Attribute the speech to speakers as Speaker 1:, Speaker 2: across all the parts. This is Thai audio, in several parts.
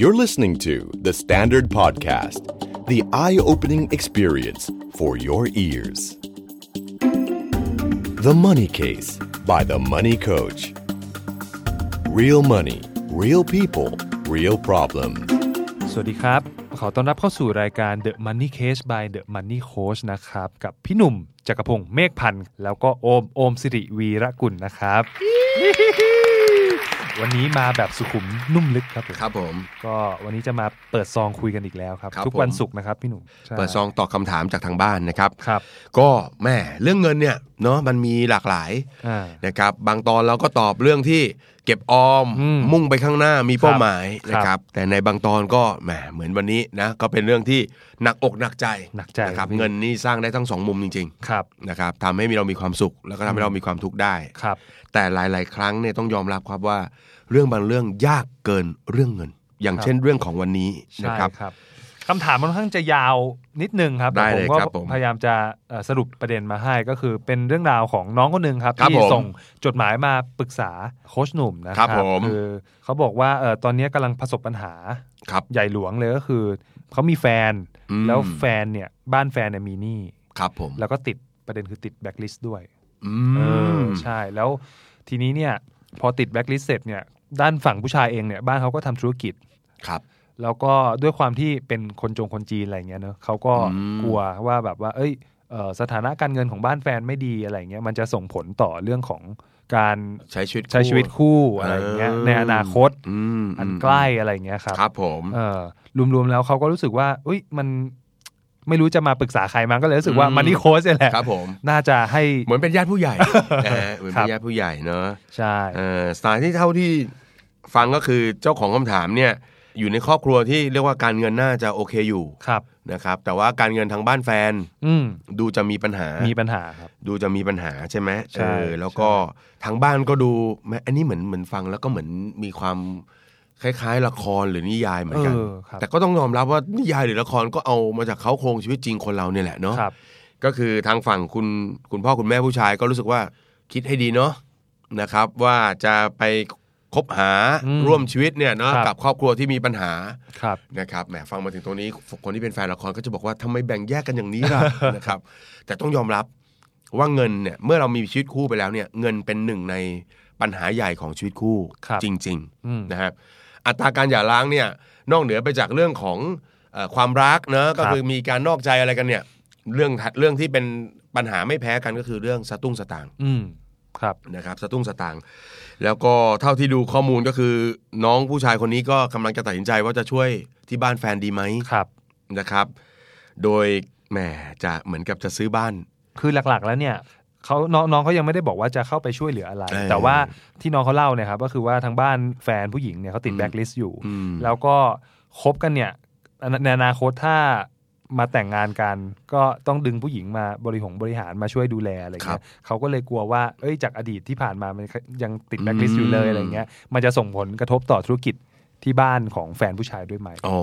Speaker 1: You're listening to The Standard Podcast, the eye opening experience for your ears. The Money Case by The Money Coach. Real money, real people, real problems.
Speaker 2: สวัสดีครับ ขอต้อนรับเข้าสู่รายการ The Money Case by The Money Coach นะครับ กับพี่หนุ่มจักรพงศ์เมฆพันธ์ แล้วก็โอม โอมสิริวีระกุลนะครับ วันนี้มาแบบสุขุมนุ่มลึกครับผม
Speaker 3: ครับผม
Speaker 2: ก็วันนี้จะมาเปิดซองคุยกันอีกแล้วครับ
Speaker 3: ครับ
Speaker 2: ทุก
Speaker 3: ผม
Speaker 2: วันศุกร์นะครับพี่หนุ่มใช่
Speaker 3: เปิดซองตอบคำถามจากทางบ้านนะครับ
Speaker 2: ครับ
Speaker 3: ก็แม่เรื่องเงินเนี่ยเนาะมันมีหลากหลาย
Speaker 2: อ่า
Speaker 3: นะครับ บางตอนเราก็ตอบเรื่องที่เก็บออม
Speaker 2: อืม
Speaker 3: มุ่งไปข้างหน้ามีเป้าหมาย
Speaker 2: ครับ
Speaker 3: นะครับ แต่ในบางตอนก็แหมเหมือนวันนี้นะก็เป็นเรื่องที่หนักอกหนักใจ
Speaker 2: หนักใจ
Speaker 3: นะครับ
Speaker 2: ครับ
Speaker 3: เงินนี่สร้างได้ทั้งสองมุมจริง
Speaker 2: ครับ
Speaker 3: ๆนะครับทำให้มีเรามีความสุข แล้วก็ทำให้เรามีความทุกข์ได้
Speaker 2: ครับ
Speaker 3: แต่หลาย ๆ ครั้งเนี่ยต้องยอมรับครับว่า เรื่องบางเรื่องยากเกินเรื่องเงิน อย่าง
Speaker 2: ครับ
Speaker 3: เช่นเรื่องของวันนี้
Speaker 2: ใช่
Speaker 3: นะค
Speaker 2: ครับ รับคำถามมันค่อนข้างจะยาวนิดนึงครับ
Speaker 3: ได้
Speaker 2: แต่ผม
Speaker 3: เลย
Speaker 2: ก็
Speaker 3: ครับผม
Speaker 2: พยายามจะเอ่อสรุปประเด็นมาให้ก็คือเป็นเรื่องราวของน้องคนหนึ่งครับ
Speaker 3: ครับ
Speaker 2: ที่
Speaker 3: ผม
Speaker 2: ส่งจดหมายมาปรึกษาโค้ชหนุ่มนะค
Speaker 3: ครั
Speaker 2: รับบ
Speaker 3: ผม
Speaker 2: คือเขาบอกว่าเอ่อตอนนี้กำลังประสบปัญหา
Speaker 3: ครับ
Speaker 2: ใหญ่หลวงเลยก็คือเขามีแฟน
Speaker 3: อืม
Speaker 2: แล้วแฟนเนี่ยบ้านแฟนเนี่ยมีหนี้
Speaker 3: ครับผม
Speaker 2: แล้วก็ติดประเด็นคือติดแบ็คลิสต์ด้วย
Speaker 3: อื
Speaker 2: เออ
Speaker 3: ม
Speaker 2: ใช่แล้วทีนี้เนี่ยพอติดแบ็คลิสต์เสร็จเนี่ยด้านฝั่งผู้ชายเองเนี่ยบ้านเขาก็ทำธุรกิจ
Speaker 3: ครับ
Speaker 2: แล้วก็ด้วยความที่เป็นคนจงคนจีนอะไรเงี้ยเนอะเขาก็
Speaker 3: อืม
Speaker 2: กลัวว่าแบบว่า เอ้ยเอ่อสถานะการเงินของบ้านแฟนไม่ดีอะไรเงี้ยมันจะส่งผลต่อเรื่องของการ
Speaker 3: ใช้ชีวิตคู่
Speaker 2: ใช้ชีวิตคู่อะไรเงี้ยในอนาคต
Speaker 3: อืม
Speaker 2: อันใกล้อะไรเงี้ยครับ
Speaker 3: ครับผม
Speaker 2: เออรวมๆแล้วเขาก็รู้สึกว่าอุ้ยมันไม่รู้จะมาปรึกษาใครมั้งก็เลยรู้สึกว่ามันนี่โค้ชเนี่ยแหละ
Speaker 3: ครับผม
Speaker 2: น่าจะให้
Speaker 3: เหมือนเป็นญาติ ผู้ใหญ่นะฮะเหมือน
Speaker 2: ครั
Speaker 3: เป็
Speaker 2: บ
Speaker 3: นญาติผู้ใหญ่เนอะ
Speaker 2: ใช่
Speaker 3: เออสไตล์ที่เท่าที่ฟังก็คือเจ้าของคำถามเนี่ยอยู่ในครอบครัวที่เรียกว่าการเงินน่าจะโอเคอยู่
Speaker 2: ครับ
Speaker 3: นะครับ แต่ว่าการเงินทางบ้านแฟน
Speaker 2: อืม
Speaker 3: ดูจะมีปัญหา
Speaker 2: มีปัญหาครับ
Speaker 3: ดูจะมีปัญหาใช่ไหม
Speaker 2: ใช่
Speaker 3: เออแล้วก็ทางบ้านก็ดูแม้อันนี้เหมือนเหมือนฟังแล้วก็เหมือนมีความคล้ายๆ ละครหรือนิยายเหมือนกัน
Speaker 2: เออครับ
Speaker 3: แต่ก็ต้องยอมรับว่านิยายหรือละครก็เอามาจากเขาโครงชีวิตจริงคนเราเนี่ยแหละเนาะ
Speaker 2: ครับ
Speaker 3: ก็คือทางฝั่งคุณคุณพ่อคุณแม่ผู้ชายก็รู้สึกว่าคิดให้ดีเนาะนะครับ ว่าจะไปคบหา
Speaker 2: อืม
Speaker 3: ร่วมชีวิตเนี่ยเนาะ
Speaker 2: ครับ
Speaker 3: กับครอบครัวที่มีปัญหา
Speaker 2: ครับ
Speaker 3: นะครับแหมฟังมาถึงตรงนี้คนที่เป็นแฟนละครก็จะบอกว่าทำไมแบ่งแยกกันอย่างนี้ ล่ะ นะครับ แต่ต้องยอมรับว่าเงินเนี่ยเมื่อเรามีชีวิตคู่ไปแล้วเนี่ยเงินเป็นหนึ่งในปัญหาใหญ่ของชีวิตคู่
Speaker 2: ครับ
Speaker 3: จริง ๆ
Speaker 2: อืม
Speaker 3: นะครับอัตราการหย่าร้างเนี่ยนอกเหนือไปจากเรื่องของเออความรักเนอะก็คือมีการนอกใจอะไรกันเนี่ยเรื่องถัดเรื่องที่เป็นปัญหาไม่แพ้กันก็คือเรื่องสะตุ้งสตางค์
Speaker 2: อืมครับ
Speaker 3: นะครับสะตุ้งสตางค์แล้วก็เท่าที่ดูข้อมูลก็คือ น้องผู้ชายคนนี้ก็กำลังจะตัดสินใจว่าจะช่วยที่บ้านแฟนดีไหม
Speaker 2: ครับ
Speaker 3: นะครับ โดยแหมจะเหมือนกับจะซื้อบ้าน
Speaker 2: คือหลักๆแล้วเนี่ยเขาน้องน้องเขายังไม่ได้บอกว่าจะเข้าไปช่วยเหลืออะไร
Speaker 3: เออ
Speaker 2: แต่ว่าที่น้องเขาเล่าเนี่ยครับก็คือว่าทางบ้านแฟนผู้หญิงเนี่ยเขาติด
Speaker 3: อืม
Speaker 2: แบล็คลิสต์อยู่
Speaker 3: อืม
Speaker 2: แล้วก็คบกันเนี่ยในอนาคตถ้ามาแต่งงานกัน ก็ต้องดึงผู้หญิงมาบริหงบริหารมาช่วยดูแลอะไร
Speaker 3: ครั
Speaker 2: เงี้
Speaker 3: บ
Speaker 2: ยเขาก็เลยกลัวว่าเอ้ยจากอดีตที่ผ่านมามันยังติดแบล็คลิส
Speaker 3: อื
Speaker 2: ต์
Speaker 3: ม
Speaker 2: อยู่เลยอะไรเงี้ยมันจะส่งผลกระทบต่อธุรกิจที่บ้านของแฟนผู้ชายด้วยไหม
Speaker 3: โอ้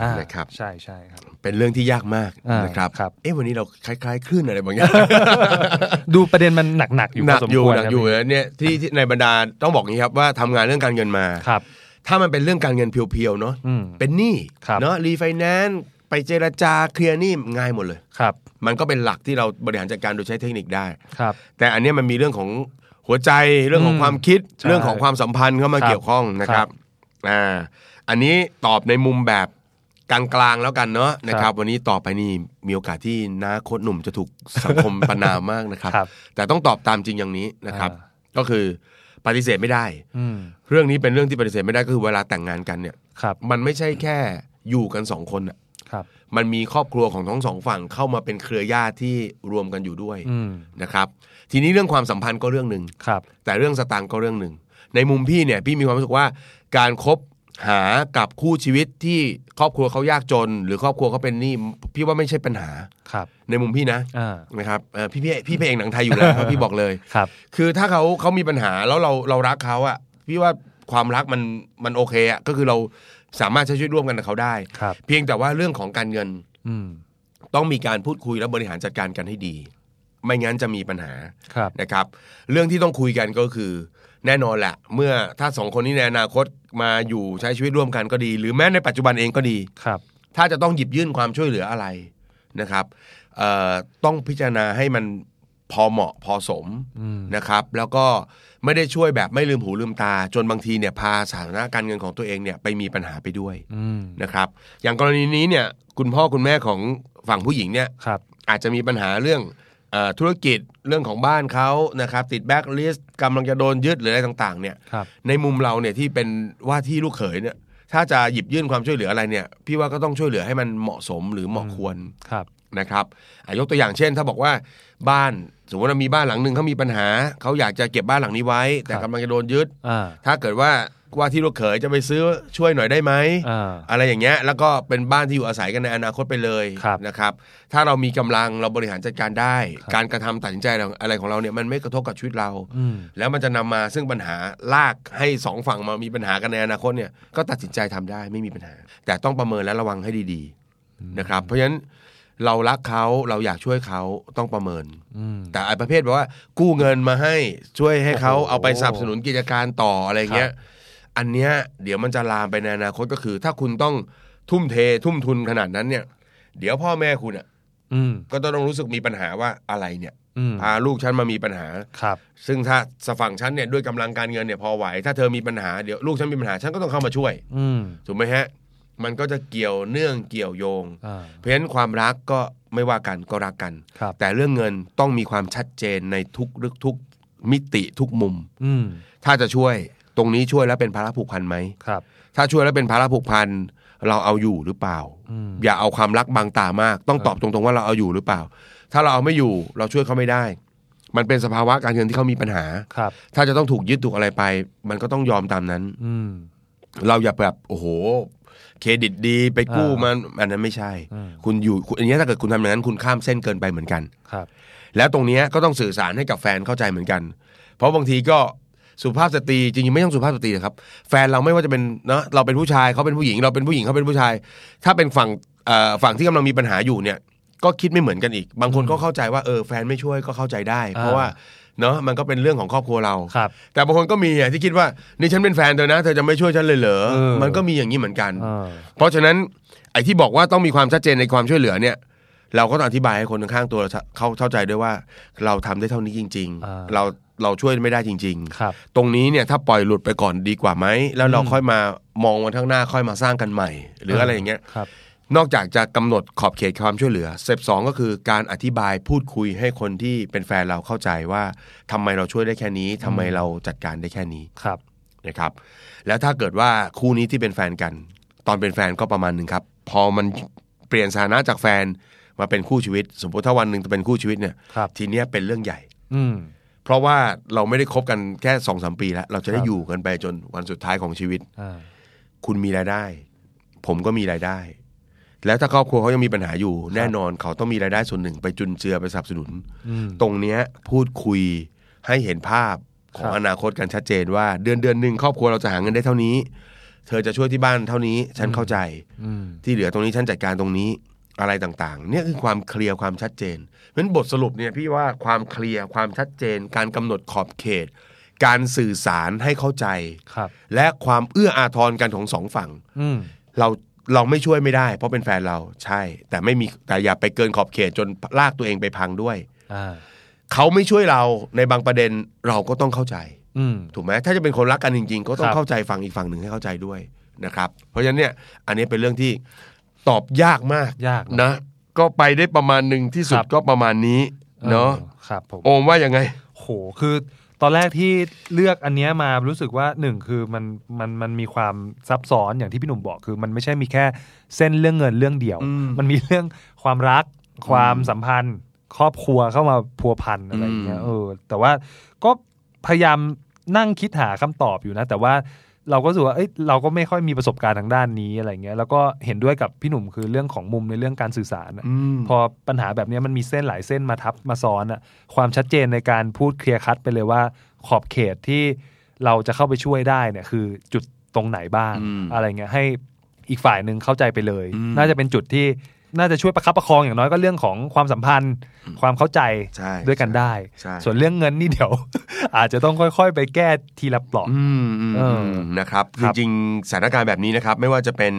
Speaker 2: อ่า
Speaker 3: นะครับ
Speaker 2: ใช่ใช่ครับ
Speaker 3: เป็นเรื่องที่ยากมาก
Speaker 2: อ่าน
Speaker 3: นะครับ
Speaker 2: ครับ
Speaker 3: เอ๊ะวันนี้เราคล้ายๆคลื่นอะไรบางอย่าง
Speaker 2: ดูประเด็นมันหนักๆอยู่
Speaker 3: ห
Speaker 2: พ
Speaker 3: นั
Speaker 2: อก สม
Speaker 3: อยู่
Speaker 2: ควร
Speaker 3: หนักอยู่แล้วเนี่ยที่ที่ในบรรดาต้องบอกอย่างนี้ครับว่าทำงานเรื่องการเงินมา
Speaker 2: ครับ
Speaker 3: ถ้ามันเป็นเรื่องการเงินเพียวๆเนาะ
Speaker 2: อืม
Speaker 3: เป็นหนี้
Speaker 2: ครับ
Speaker 3: เนาะรีไฟแนนซ์ไปเจรจาเคลียร์หนี้ง่ายหมดเลย
Speaker 2: ครับ
Speaker 3: มันก็เป็นหลักที่เราบริหารจัดการโดยใช้เทคนิคได้
Speaker 2: ครับ
Speaker 3: แต่อันเนี้ยมันมีเรื่องของหัวใจเรื่องของ
Speaker 2: อืม
Speaker 3: ความคิด
Speaker 2: ใช่
Speaker 3: เรื่องของความสัมพันธ์เข้ามา
Speaker 2: ครับ
Speaker 3: เกี่ยวข้องนะค
Speaker 2: ครั
Speaker 3: รั
Speaker 2: บบ
Speaker 3: อ่าอันนี้ตอบในมุมแบบกลางๆแล้วกันเนาะนะค
Speaker 2: ครั
Speaker 3: รับ
Speaker 2: บ
Speaker 3: วันนี้ตอบไปนี่มีโอกาสที่น้าโคตรหนุ่มจะถูกสังคม ประนามมากนะครับ
Speaker 2: ครับ
Speaker 3: แต่ต้องตอบตามจริงอย่างนี้นะครับ
Speaker 2: อ่
Speaker 3: ก็คือปฏิเสธไม่ได้
Speaker 2: อืม
Speaker 3: เรื่องนี้เป็นเรื่องที่ปฏิเสธไม่ได้ก็คือเวลาแต่งงานกันเนี่ย
Speaker 2: ครับ
Speaker 3: มันไม่ใช่แค่อยู่กันสองคนอะ
Speaker 2: ครับ
Speaker 3: มันมีครอบครัวของทั้งสองฝั่งเข้ามาเป็นเครือญาติที่รวมกันอยู่ด้วย
Speaker 2: อืม
Speaker 3: นะครับทีนี้เรื่องความสัมพันธ์ก็เรื่องหนึ่ง
Speaker 2: ครับ
Speaker 3: แต่เรื่องสตางค์ก็เรื่องหนึ่งในมุมพี่เนี่ยพี่มีความรู้สึกว่า การคบหากับคู่ชีวิตที่ครอบครัวเขายากจน หรือครอบครัวเขาเป็นหนี้พี่ว่าไม่ใช่ปัญหา
Speaker 2: ครับ
Speaker 3: ในมุมพี่นะ
Speaker 2: อ่า
Speaker 3: นะครับเอ่อพี่พี่พี่เป็นเอกหนังไทยอยู่แล้ว พี่บอกเลย
Speaker 2: ครับ
Speaker 3: คือถ้าเขาเขามีปัญหาแล้วเราเรารักเขาอะพี่ว่าความรักมันมันโอเคอะก็คือเราสามารถใช้ชีวิตร่วมกันกับเขาได้
Speaker 2: ครับ
Speaker 3: เพียงแต่ว่าเรื่องของการเงิน
Speaker 2: อืม
Speaker 3: ต้องมีการพูดคุยและบริหารจัดการกันให้ดี ไม่งั้นจะมีปัญหา
Speaker 2: ครับ
Speaker 3: นะครับเรื่องที่ต้องคุยกันก็คือ แน่นอนแหละ เมื่อถ้าสองคนนี้ในอนาคต มาอยู่ใช้ชีวิตร่วมกันก็ดี หรือแม้ในปัจจุบันเองก็ดี
Speaker 2: ครับ
Speaker 3: ถ้าจะต้องหยิบยื่นความช่วยเหลืออะไรนะครับเอ่อต้องพิจารณาให้มันพอเหมาะพอสม
Speaker 2: อืม
Speaker 3: นะครับ แล้วก็ไม่ได้ช่วยแบบไม่ลืมหูลืมตา จนบางทีเนี่ยพาสถานะการเงินของตัวเองเนี่ยไปมีปัญหาไปด้วย
Speaker 2: อืม
Speaker 3: นะครับ อย่างกรณีนี้เนี่ยคุณพ่อคุณแม่ของฝั่งผู้หญิงเนี่ย
Speaker 2: ครับ
Speaker 3: อาจจะมีปัญหาเรื่องเออธุรกิจเรื่องของบ้านเขานะครับ ติดแบ็กลิสต์กำลังจะโดนยึดหรืออะไรต่างๆ เนี่ย
Speaker 2: ครับ
Speaker 3: ในมุมเราเนี่ยที่เป็นว่าที่ลูกเขยเนี่ย ถ้าจะหยิบยื่นความช่วยเหลืออะไรเนี่ย พี่ว่าก็ต้องช่วยเหลือให้มันเหมาะสมหรือเหมาะควร
Speaker 2: ครับ
Speaker 3: นะครับอ่ะยกตัวอย่างเช่น ถ้าบอกว่าบ้านสมมติว่ามีบ้านหลังหนึ่งเขามีปัญหาเขาอยากจะเก็บบ้านหลังนี้ไว้ แต่
Speaker 2: ครับ
Speaker 3: กำลังจะโดนยึด
Speaker 2: อ่า
Speaker 3: ถ้าเกิดว่าว่าที่ลูกเขยจะไปซื้อช่วยหน่อยได้ไหม
Speaker 2: อ่า
Speaker 3: อะไรอย่างเงี้ยแล้วก็เป็นบ้านที่อยู่อาศัยกันในอนาคตไปเลย
Speaker 2: ครับ
Speaker 3: นะครับ ถ้าเรามีกำลังเราบริหารจัดการได้
Speaker 2: ครับ
Speaker 3: การกระทำตัดสินใจเราอะไรของเราเนี่ยมันไม่กระทบกับชีวิตเรา
Speaker 2: อืม
Speaker 3: แล้วมันจะนำมาซึ่งปัญหาลากให้สองฝั่งมามีปัญหากันในอนาคตเนี่ยก็ตัดสินใจทำได้ไม่มีปัญหา แต่ต้องประเมินและระวังให้ดีๆนะครับ เพราะฉะนั้นเรารักเขาเราอยากช่วยเขาต้องประเมิน
Speaker 2: อืม
Speaker 3: แต่ไอ้ประเภทแบบว่า กู้เงินมาให้ช่วยให้เขา
Speaker 2: โอ้โห
Speaker 3: เอาไปสนับสนุนกิจการต่ออะไรเงี้ย อันเนี้ยเดี๋ยวมันจะลามไปในอนาคตก็คือ ถ้าคุณต้องทุ่มเททุ่มทุนขนาดนั้นเนี่ย เดี๋ยวพ่อแม่คุณอ่ะ
Speaker 2: อืม
Speaker 3: ก็ต้องรู้สึกมีปัญหาว่าอะไรเนี่ย
Speaker 2: อืม
Speaker 3: พาลูกฉันมามีปัญหา
Speaker 2: ครับ
Speaker 3: ซึ่งถ้าสฝั่งฉันเนี่ยด้วยกำลังการเงินเนี่ยพอไหว ถ้าเธอมีปัญหาเดี๋ยวลูกฉันมีปัญหาฉันก็ต้องเข้ามาช่วย
Speaker 2: อืม
Speaker 3: ถูกไหมฮะ มันก็จะเกี่ยวเนื่องเกี่ยวโยง
Speaker 2: อ่า
Speaker 3: เพราะฉะนั้นความรักก็ไม่ว่ากันก็รักกัน
Speaker 2: ครับ
Speaker 3: แต่เรื่องเงินต้องมีความชัดเจนในทุกลึกทุกมิติทุกมุม
Speaker 2: อืม
Speaker 3: ถ้าจะช่วยตรงนี้ช่วยแล้วเป็นภาระผูกพันไหม
Speaker 2: ครับ
Speaker 3: ถ้าช่วยแล้วเป็นภาระผูกพันเราเอาอยู่หรือเปล่า
Speaker 2: อืม
Speaker 3: อย่าเอาความรักบางตามาก ต้องตอบตรงๆว่าเราเอาอยู่หรือเปล่า ถ้าเราเอาไม่อยู่เราช่วยเขาไม่ได้ มันเป็นสภาวะการเงินที่เขามีปัญหา
Speaker 2: ครับ
Speaker 3: ถ้าจะต้องถูกยึดถูกอะไรไป มันก็ต้องยอมตามนั้น
Speaker 2: อืม
Speaker 3: เราอย่าแบบโอ้โห เครดิตดีไปกู้
Speaker 2: อ่ามั
Speaker 3: มันอันนั้นไม่ใช่
Speaker 2: อืม
Speaker 3: คุณอยู่คุณอันนี้ถ้าเกิดคุณทำอย่างนั้นคุณข้ามเส้นเกินไปเหมือนกัน
Speaker 2: ครับ
Speaker 3: แล้วตรงเนี้ยก็ต้องสื่อสารให้กับแฟนเข้าใจเหมือนกัน เพราะบางทีก็สุภาพสตรีจริงๆไม่ต้องสุภาพสตรีนะครับ แฟนเราไม่ว่าจะเป็นเนาะเราเป็นผู้ชายเขาเป็นผู้หญิง เราเป็นผู้หญิงเขาเป็นผู้ชาย ถ้าเป็นฝั่งเอ่อฝั่งที่กำลังมีปัญหาอยู่เนี่ย ก็คิดไม่เหมือนกันอีก บางคนก็เข้าใจว่าเออแฟนไม่ช่วยก็เข้าใจได้ เพราะ
Speaker 2: อ่า
Speaker 3: ว่าเนาะมันก็เป็นเรื่องของครอบครัวเรา
Speaker 2: ครับ
Speaker 3: แต่บางคนก็มีอ่ะที่คิดว่านี่ฉันเป็นแฟนเธอนะเธอจะไม่ช่วยฉันเลยเหรอ
Speaker 2: เออ
Speaker 3: มันก็มีอย่างนี้เหมือนกัน
Speaker 2: อ่า
Speaker 3: เพราะฉะนั้นไอ้ที่บอกว่าต้องมีความชัดเจนในความช่วยเหลือเนี่ย เราก็ต้องอธิบายให้คนข้างๆตัวเราเข้าเข้าใจด้วยว่า เราทำได้เท่านี้จริง
Speaker 2: อ่า
Speaker 3: ๆ เราเราช่วยไม่ได้จริง
Speaker 2: ครับ
Speaker 3: ๆ ตรงนี้เนี่ยถ้าปล่อยหลุดไปก่อนดีกว่าไหมแล้วเราค่อยมามองวันข้างหน้าค่อยมาสร้างกันใหม่ หรืออะไรอย่างเงี้ย
Speaker 2: ครับ
Speaker 3: นอกจากจะกำหนดขอบเขตความช่วยเหลือเซปสองก็คือการอธิบายพูดคุยให้คนที่เป็นแฟนเราเข้าใจว่าทำไมเราช่วยได้แค่นี้ทำไมเราจัดการได้แค่นี้
Speaker 2: ครับ
Speaker 3: นะครับแล้วถ้าเกิดว่าคู่นี้ที่เป็นแฟนกัน ตอนเป็นแฟนก็ประมาณหนึ่งครับ พอมันเปลี่ยนสถานะจากแฟนมาเป็นคู่ชีวิต สมมติถ้าวันหนึ่งจะเป็นคู่ชีวิตเนี่ย
Speaker 2: ครับ
Speaker 3: ทีเนี้ยเป็นเรื่องใหญ่
Speaker 2: อืม
Speaker 3: เพราะว่าเราไม่ได้คบกันแค่สองสมปีแล้ว เราจะได้
Speaker 2: ครับ
Speaker 3: อยู่กันไปจนวันสุดท้ายของชีวิต
Speaker 2: อ่า
Speaker 3: คุณมีรายได้ ผมก็มีรายได้ แล้วถ้าครอบครัวเขายังมีปัญหาอยู่ แน่นอนเขาต้องมีรายได้ส่วนหนึ่ง ไปจุนเจือไปสนับสนุน
Speaker 2: อืม
Speaker 3: ตรงเนี้ยพูดคุยให้เห็นภาพขอ
Speaker 2: ค
Speaker 3: ง
Speaker 2: รับ
Speaker 3: อนาคตกันชัดเจนว่า เดือนเดือนหนึ่งครอบครัวเราจะหาเงินได้เท่านี้ เธอจะช่วยที่บ้านเท่านี้ฉันเข้าใจ
Speaker 2: อืม
Speaker 3: ที่เหลือตรงนี้ฉันจัดการตรงนี้อะไรต่างๆ เนี่ยคือความเคลียร์ความชัดเจนเพราะฉะนั้นบทสรุปเนี่ยพี่ว่าความเคลียร์ความชัดเจน การกำหนดขอบเขต การสื่อสารให้เข้าใจ
Speaker 2: ครับ
Speaker 3: และความเอื้ออาทรกันของสองฝั่ง
Speaker 2: อืม
Speaker 3: เราเราไม่ช่วยไม่ได้ เพราะเป็นแฟนเราใช่ แต่ไม่มีแต่อย่าไปเกินขอบเขตจนลากตัวเองไปพังด้วย
Speaker 2: อ่า
Speaker 3: เขาไม่ช่วยเราในบางประเด็นเราก็ต้องเข้าใจ
Speaker 2: อืม
Speaker 3: ถูกไหมถ้าจะเป็นคนรักกันจริง ๆ ก็ต้อ
Speaker 2: ค
Speaker 3: ง
Speaker 2: รับ
Speaker 3: เข้าใจฝั่งอีกฝั่งหนึ่งให้เข้าใจด้วยนะครับ เพราะฉะนั้นเนี่ยอันนี้เป็นเรื่องที่ตอบยากมาก
Speaker 2: ยากเอ
Speaker 3: นะ ก็ไปได้ประมาณหนึ่งที่สุด
Speaker 2: ครับ
Speaker 3: ก็ประมาณนี้เนาะ
Speaker 2: ครับผม
Speaker 3: โอมว่ายังไง
Speaker 2: โห คือ ตอนแรกที่เลือกอันเนี้ยมารู้สึกว่าหนึ่งคือมันมันมันมีความซับซ้อนอย่างที่พี่หนุ่มบอกคือ มันไม่ใช่มีแค่เส้นเรื่องเงินเรื่องเดียว
Speaker 3: อืม
Speaker 2: มันมีเรื่องความรัก ความสัมพันธ์ ครอบครัวเข้ามาพัวพันอะไรอย่างเงี้ย
Speaker 3: อืม
Speaker 2: เออ แต่ว่าก็พยายามนั่งคิดหาคำตอบอยู่นะ แต่ว่าเราก็รู้สึกว่าเอ้ยเราก็ไม่ค่อยมีประสบการณ์ทางด้านนี้อะไรเงี้ยแล้วก็เห็นด้วยกับพี่หนุ่มคือเรื่องของมุมในเรื่องการสื่อสารอะ
Speaker 3: ม
Speaker 2: พอปัญหาแบบเนี้ยมันมีเส้นหลายเส้นมาทับมาซ้อนอะความชัดเจนในการพูดเคลียร์คัดไปเลยว่า ขอบเขตที่เราจะเข้าไปช่วยได้เนี่ยคือจุดตรงไหนบ้าง
Speaker 3: อืม
Speaker 2: อะไรเงี้ยให้อีกฝ่ายหนึ่งเข้าใจไปเลย
Speaker 3: อืม
Speaker 2: น่าจะเป็นจุดที่ น่าจะช่วยประคับประคองอย่างน้อยก็เรื่องของความสัมพันธ์ ความเข้าใจ
Speaker 3: ใช่
Speaker 2: ด้วยกันได้
Speaker 3: ใช่
Speaker 2: ส่วนเรื่องเงินนี่เดี๋ยว อาจจะต้องค่อยๆ ไปแก้ทีละเปลอก
Speaker 3: อืมอืม
Speaker 2: เออ
Speaker 3: มนะครับ
Speaker 2: ค
Speaker 3: จ
Speaker 2: รับ
Speaker 3: ริงๆสถานการณ์แบบนี้นะครับ ไม่ว่าจะเป็น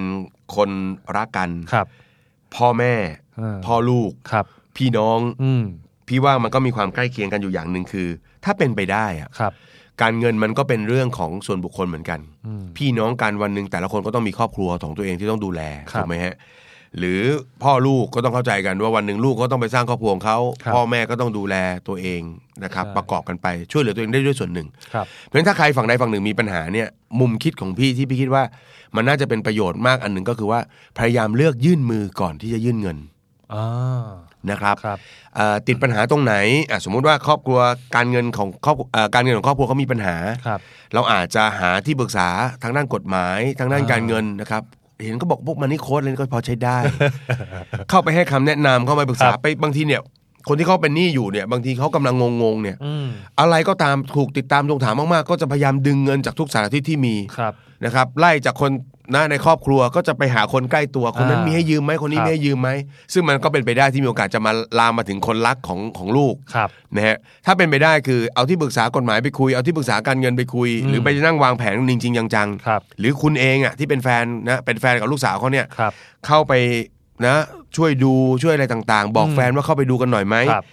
Speaker 3: คนรักกัน
Speaker 2: ครับ
Speaker 3: พ่อแม่
Speaker 2: เออ
Speaker 3: พ่อลูก
Speaker 2: ครับ
Speaker 3: พี่น้อง
Speaker 2: อืม
Speaker 3: พี่ว่ามันก็มีความใกล้เคียงกันอยู่อย่างหนึ่งคือ ถ้าเป็นไปได้อะ
Speaker 2: ครับ
Speaker 3: การเงินมันก็เป็นเรื่องของส่วนบุคคลเหมือนกัน
Speaker 2: อืม
Speaker 3: พี่น้องกันวันหนึ่งแต่ละคนก็ต้องมีครอบครัวของตัวเองที่ต้องดูแล
Speaker 2: ครับ
Speaker 3: ถูกไหมฮะหรือพ่อลูกก็ต้องเข้าใจกันว่าวันหนึ่งลูกก็ต้องไปสร้างครอบครัวของเขา
Speaker 2: ครับ
Speaker 3: พ่อแม่ก็ต้องดูแลตัวเองนะครับ
Speaker 2: ใช่
Speaker 3: ประกอบกันไปช่วยเหลือตัวเองได้ด้วยส่วนหนึ่ง
Speaker 2: ครับ
Speaker 3: เพราะฉะนั้นถ้าใครฝั่งใดฝั่งหนึ่งมีปัญหาเนี่ยมุมคิดของพี่ที่พี่คิดว่า มันน่าจะเป็นประโยชน์มากอันหนึ่งก็คือว่าพยายามเลือกยื่นมือก่อนที่จะยื่นเงิน
Speaker 2: อ่า
Speaker 3: นะครับ
Speaker 2: ครับ
Speaker 3: เอ่อติดปัญหาตรงไหนอ่ะสมมุติว่าครอบครัวการเงินของครอบเอ่อการเงินของครอบครัวเขามีปัญหา
Speaker 2: ครับ
Speaker 3: เราอาจจะหาที่ปรึกษาทางด้านกฎหมาย ทางด้าน
Speaker 2: อ่า
Speaker 3: การเงินนะครับ เห็นก็บอกพวกมันนี่โค้ดเลยก็พอใช้ ได้ เข้าไปให้คำแนะนำเข้าไปปรึกษาไปบางทีเนี่ย คนที่เขาเป็นหนี้อยู่เนี่ย บางทีเขากำลังงงๆเนี่ย
Speaker 2: อืม
Speaker 3: อะไรก็ตามถูกติดตามทวงถามมากๆ ก็จะพยายามดึงเงินจากทุกสารทิศที่มี
Speaker 2: ครับ
Speaker 3: นะครับ ไล่จากคนนะในครอบครัวก็จะไปหาคนใกล้ตัวคนนั้น
Speaker 2: อ่ามี
Speaker 3: มีให้ยืมไหมคนนี้
Speaker 2: ครับ
Speaker 3: มีให้ยืมไหมซึ่งมันก็เป็นไปได้ที่มีโอกาสจะมาลามมาถึงคนรักของของลูก
Speaker 2: ครับ
Speaker 3: นะฮะถ้าเป็นไปได้คือเอาที่ปรึกษากฎหมายไปคุยเอาที่ปรึกษาการเงินไปคุย
Speaker 2: อืม
Speaker 3: หรือไปนั่งวางแผนจริงจริงๆจัง
Speaker 2: ครับ
Speaker 3: ๆหรือคุณเองอ่ะที่เป็นแฟนนะเป็นแฟนกับลูกสาวเขาเนี่ย
Speaker 2: ครับ
Speaker 3: เข้าไปนะช่วยดูช่วยอะไรต่างๆ บอก
Speaker 2: อืม
Speaker 3: แฟนว่าเข้าไปดูกันหน่อยไหม
Speaker 2: ครับ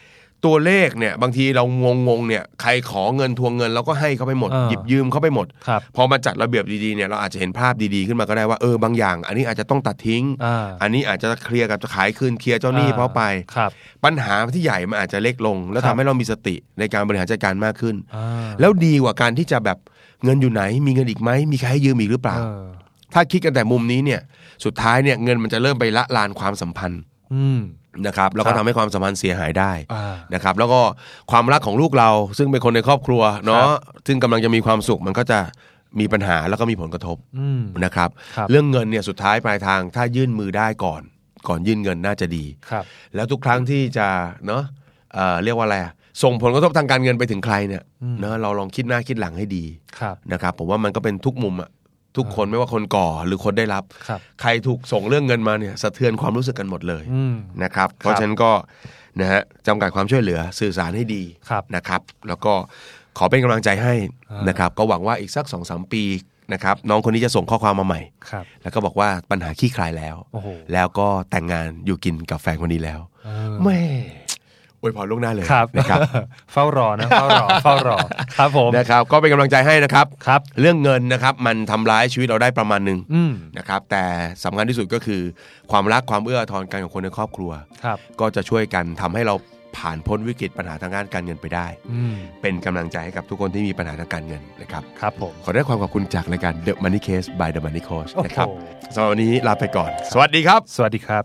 Speaker 3: ตัวเลขเนี่ยบางทีเรางงๆเนี่ยใครขอเงินทวงเงินเราก็ให้เขาไปหมด
Speaker 2: เออ
Speaker 3: หยิบยืมเขาไปหมด
Speaker 2: ครับ
Speaker 3: พอมาจัดระเบียบดีๆเนี่ยเราอาจจะเห็นภาพดีๆขึ้นมาก็ได้ว่าเออบางอย่าง อันนี้อาจจะต้องตัดทิ้ง
Speaker 2: อ่า
Speaker 3: อันนี้อาจจะเคลียร์กับจะขายคืนเคลียร์เจ้าหนี้เพราะไป
Speaker 2: ครับ
Speaker 3: ปัญหาที่ใหญ่มันอาจจะเล็กลง แล้ว
Speaker 2: ครั
Speaker 3: ทำ
Speaker 2: บ
Speaker 3: ให้เรามีสติในการบริหารจัดการมากขึ้น
Speaker 2: อ่า
Speaker 3: แล้วดีกว่าการที่จะแบบเงินอยู่ไหน มีเงินอีกไหมมีใครให้ยืมอีกหรือเปล่า
Speaker 2: เออ
Speaker 3: ถ้าคิดกันแต่มุมนี้เนี่ยสุดท้ายเนี่ยเงินมันจะเริ่มไปละลานความสัมพันธ์
Speaker 2: อืม
Speaker 3: นะครับแล้ว
Speaker 2: ค
Speaker 3: ก็
Speaker 2: รับ
Speaker 3: ทำให้ความสัมพันธ์เสียหายได้
Speaker 2: อ่า
Speaker 3: นะครับ แล้วก็ความรักของลูกเรา ซึ่งเป็นคนในครอบครัวเนาะซึ่งกำลังจะมีความสุขมันก็จะมีปัญหาแล้วก็มีผลกระทบ
Speaker 2: อืม
Speaker 3: นะครับ
Speaker 2: ครับ
Speaker 3: เรื่องเงินเนี่ยสุดท้ายปลายทางถ้ายื่นมือได้ก่อน ก่อนยื่นเงินน่าจะดี
Speaker 2: ครับ
Speaker 3: แล้วทุกครั้งที่จะเนาะเอ่อเรียกว่าอะไรอะส่งผลกระทบทางการเงินไปถึงใครเนี่ย
Speaker 2: อืม
Speaker 3: เนาะเราลองคิดหน้าคิดหลังให้ดี
Speaker 2: ครับ
Speaker 3: นะครับผมว่ามันก็เป็นทุกมุมอะทุกคนไม่ว่าคนก่อหรือคนได้รับ
Speaker 2: ครับ
Speaker 3: ใครถูกส่งเรื่องเงินมาเนี่ยสะเทือนความรู้สึกกันหมดเลย
Speaker 2: อืม
Speaker 3: นะครับ เพราะฉะนั้นก็นะฮะจำกัดความช่วยเหลือสื่อสารให้ดี
Speaker 2: ครับ
Speaker 3: นะครับ แล้วก็ขอเป็นกำลังใจให้
Speaker 2: อ่าน
Speaker 3: นะครับ ก็หวังว่าอีกสักสองสามปีนะครับน้องคนนี้จะส่งข้อความมาใหม่
Speaker 2: ครับ
Speaker 3: แล้วก็บอกว่าปัญหาขี้คลายแล้ว
Speaker 2: โอ้โห
Speaker 3: แล้วก็แต่งงานอยู่กินกับแฟนคนนี้แล้ว
Speaker 2: เออ
Speaker 3: แม่อวยพรล่วงหน้าเลย
Speaker 2: ครับ
Speaker 3: นะครับ
Speaker 2: เฝ้ารอนะ เฝ้ารอ เฝ้ารอ ครับผม
Speaker 3: นะครับ ก็เป็นกำลังใจให้นะครับ
Speaker 2: ครับ
Speaker 3: เรื่องเงินนะครับ มันทำร้ายชีวิตเราได้ประมาณหนึ่ง
Speaker 2: อืม
Speaker 3: นะครับ แต่สำคัญที่สุดก็คือ ความรักความเอื้ออาทอนกันของคนในครอบครัว
Speaker 2: ครับ
Speaker 3: ก็จะช่วยกันทำให้เราผ่านพ้นวิกฤตปัญหาทางด้านการเงินไปได้
Speaker 2: อืม
Speaker 3: เป็นกำลังใจให้กับทุกคนที่มีปัญหาทางการเงินนะครับ
Speaker 2: ครับผม
Speaker 3: ขอได้ความขอบคุณจากรายการ The Money Case by The Money Coach
Speaker 2: โอ้โห
Speaker 3: นะครับสำหรับวันนี้ลาไปก่อน สวัสดีครับ
Speaker 2: สวัสดีครับ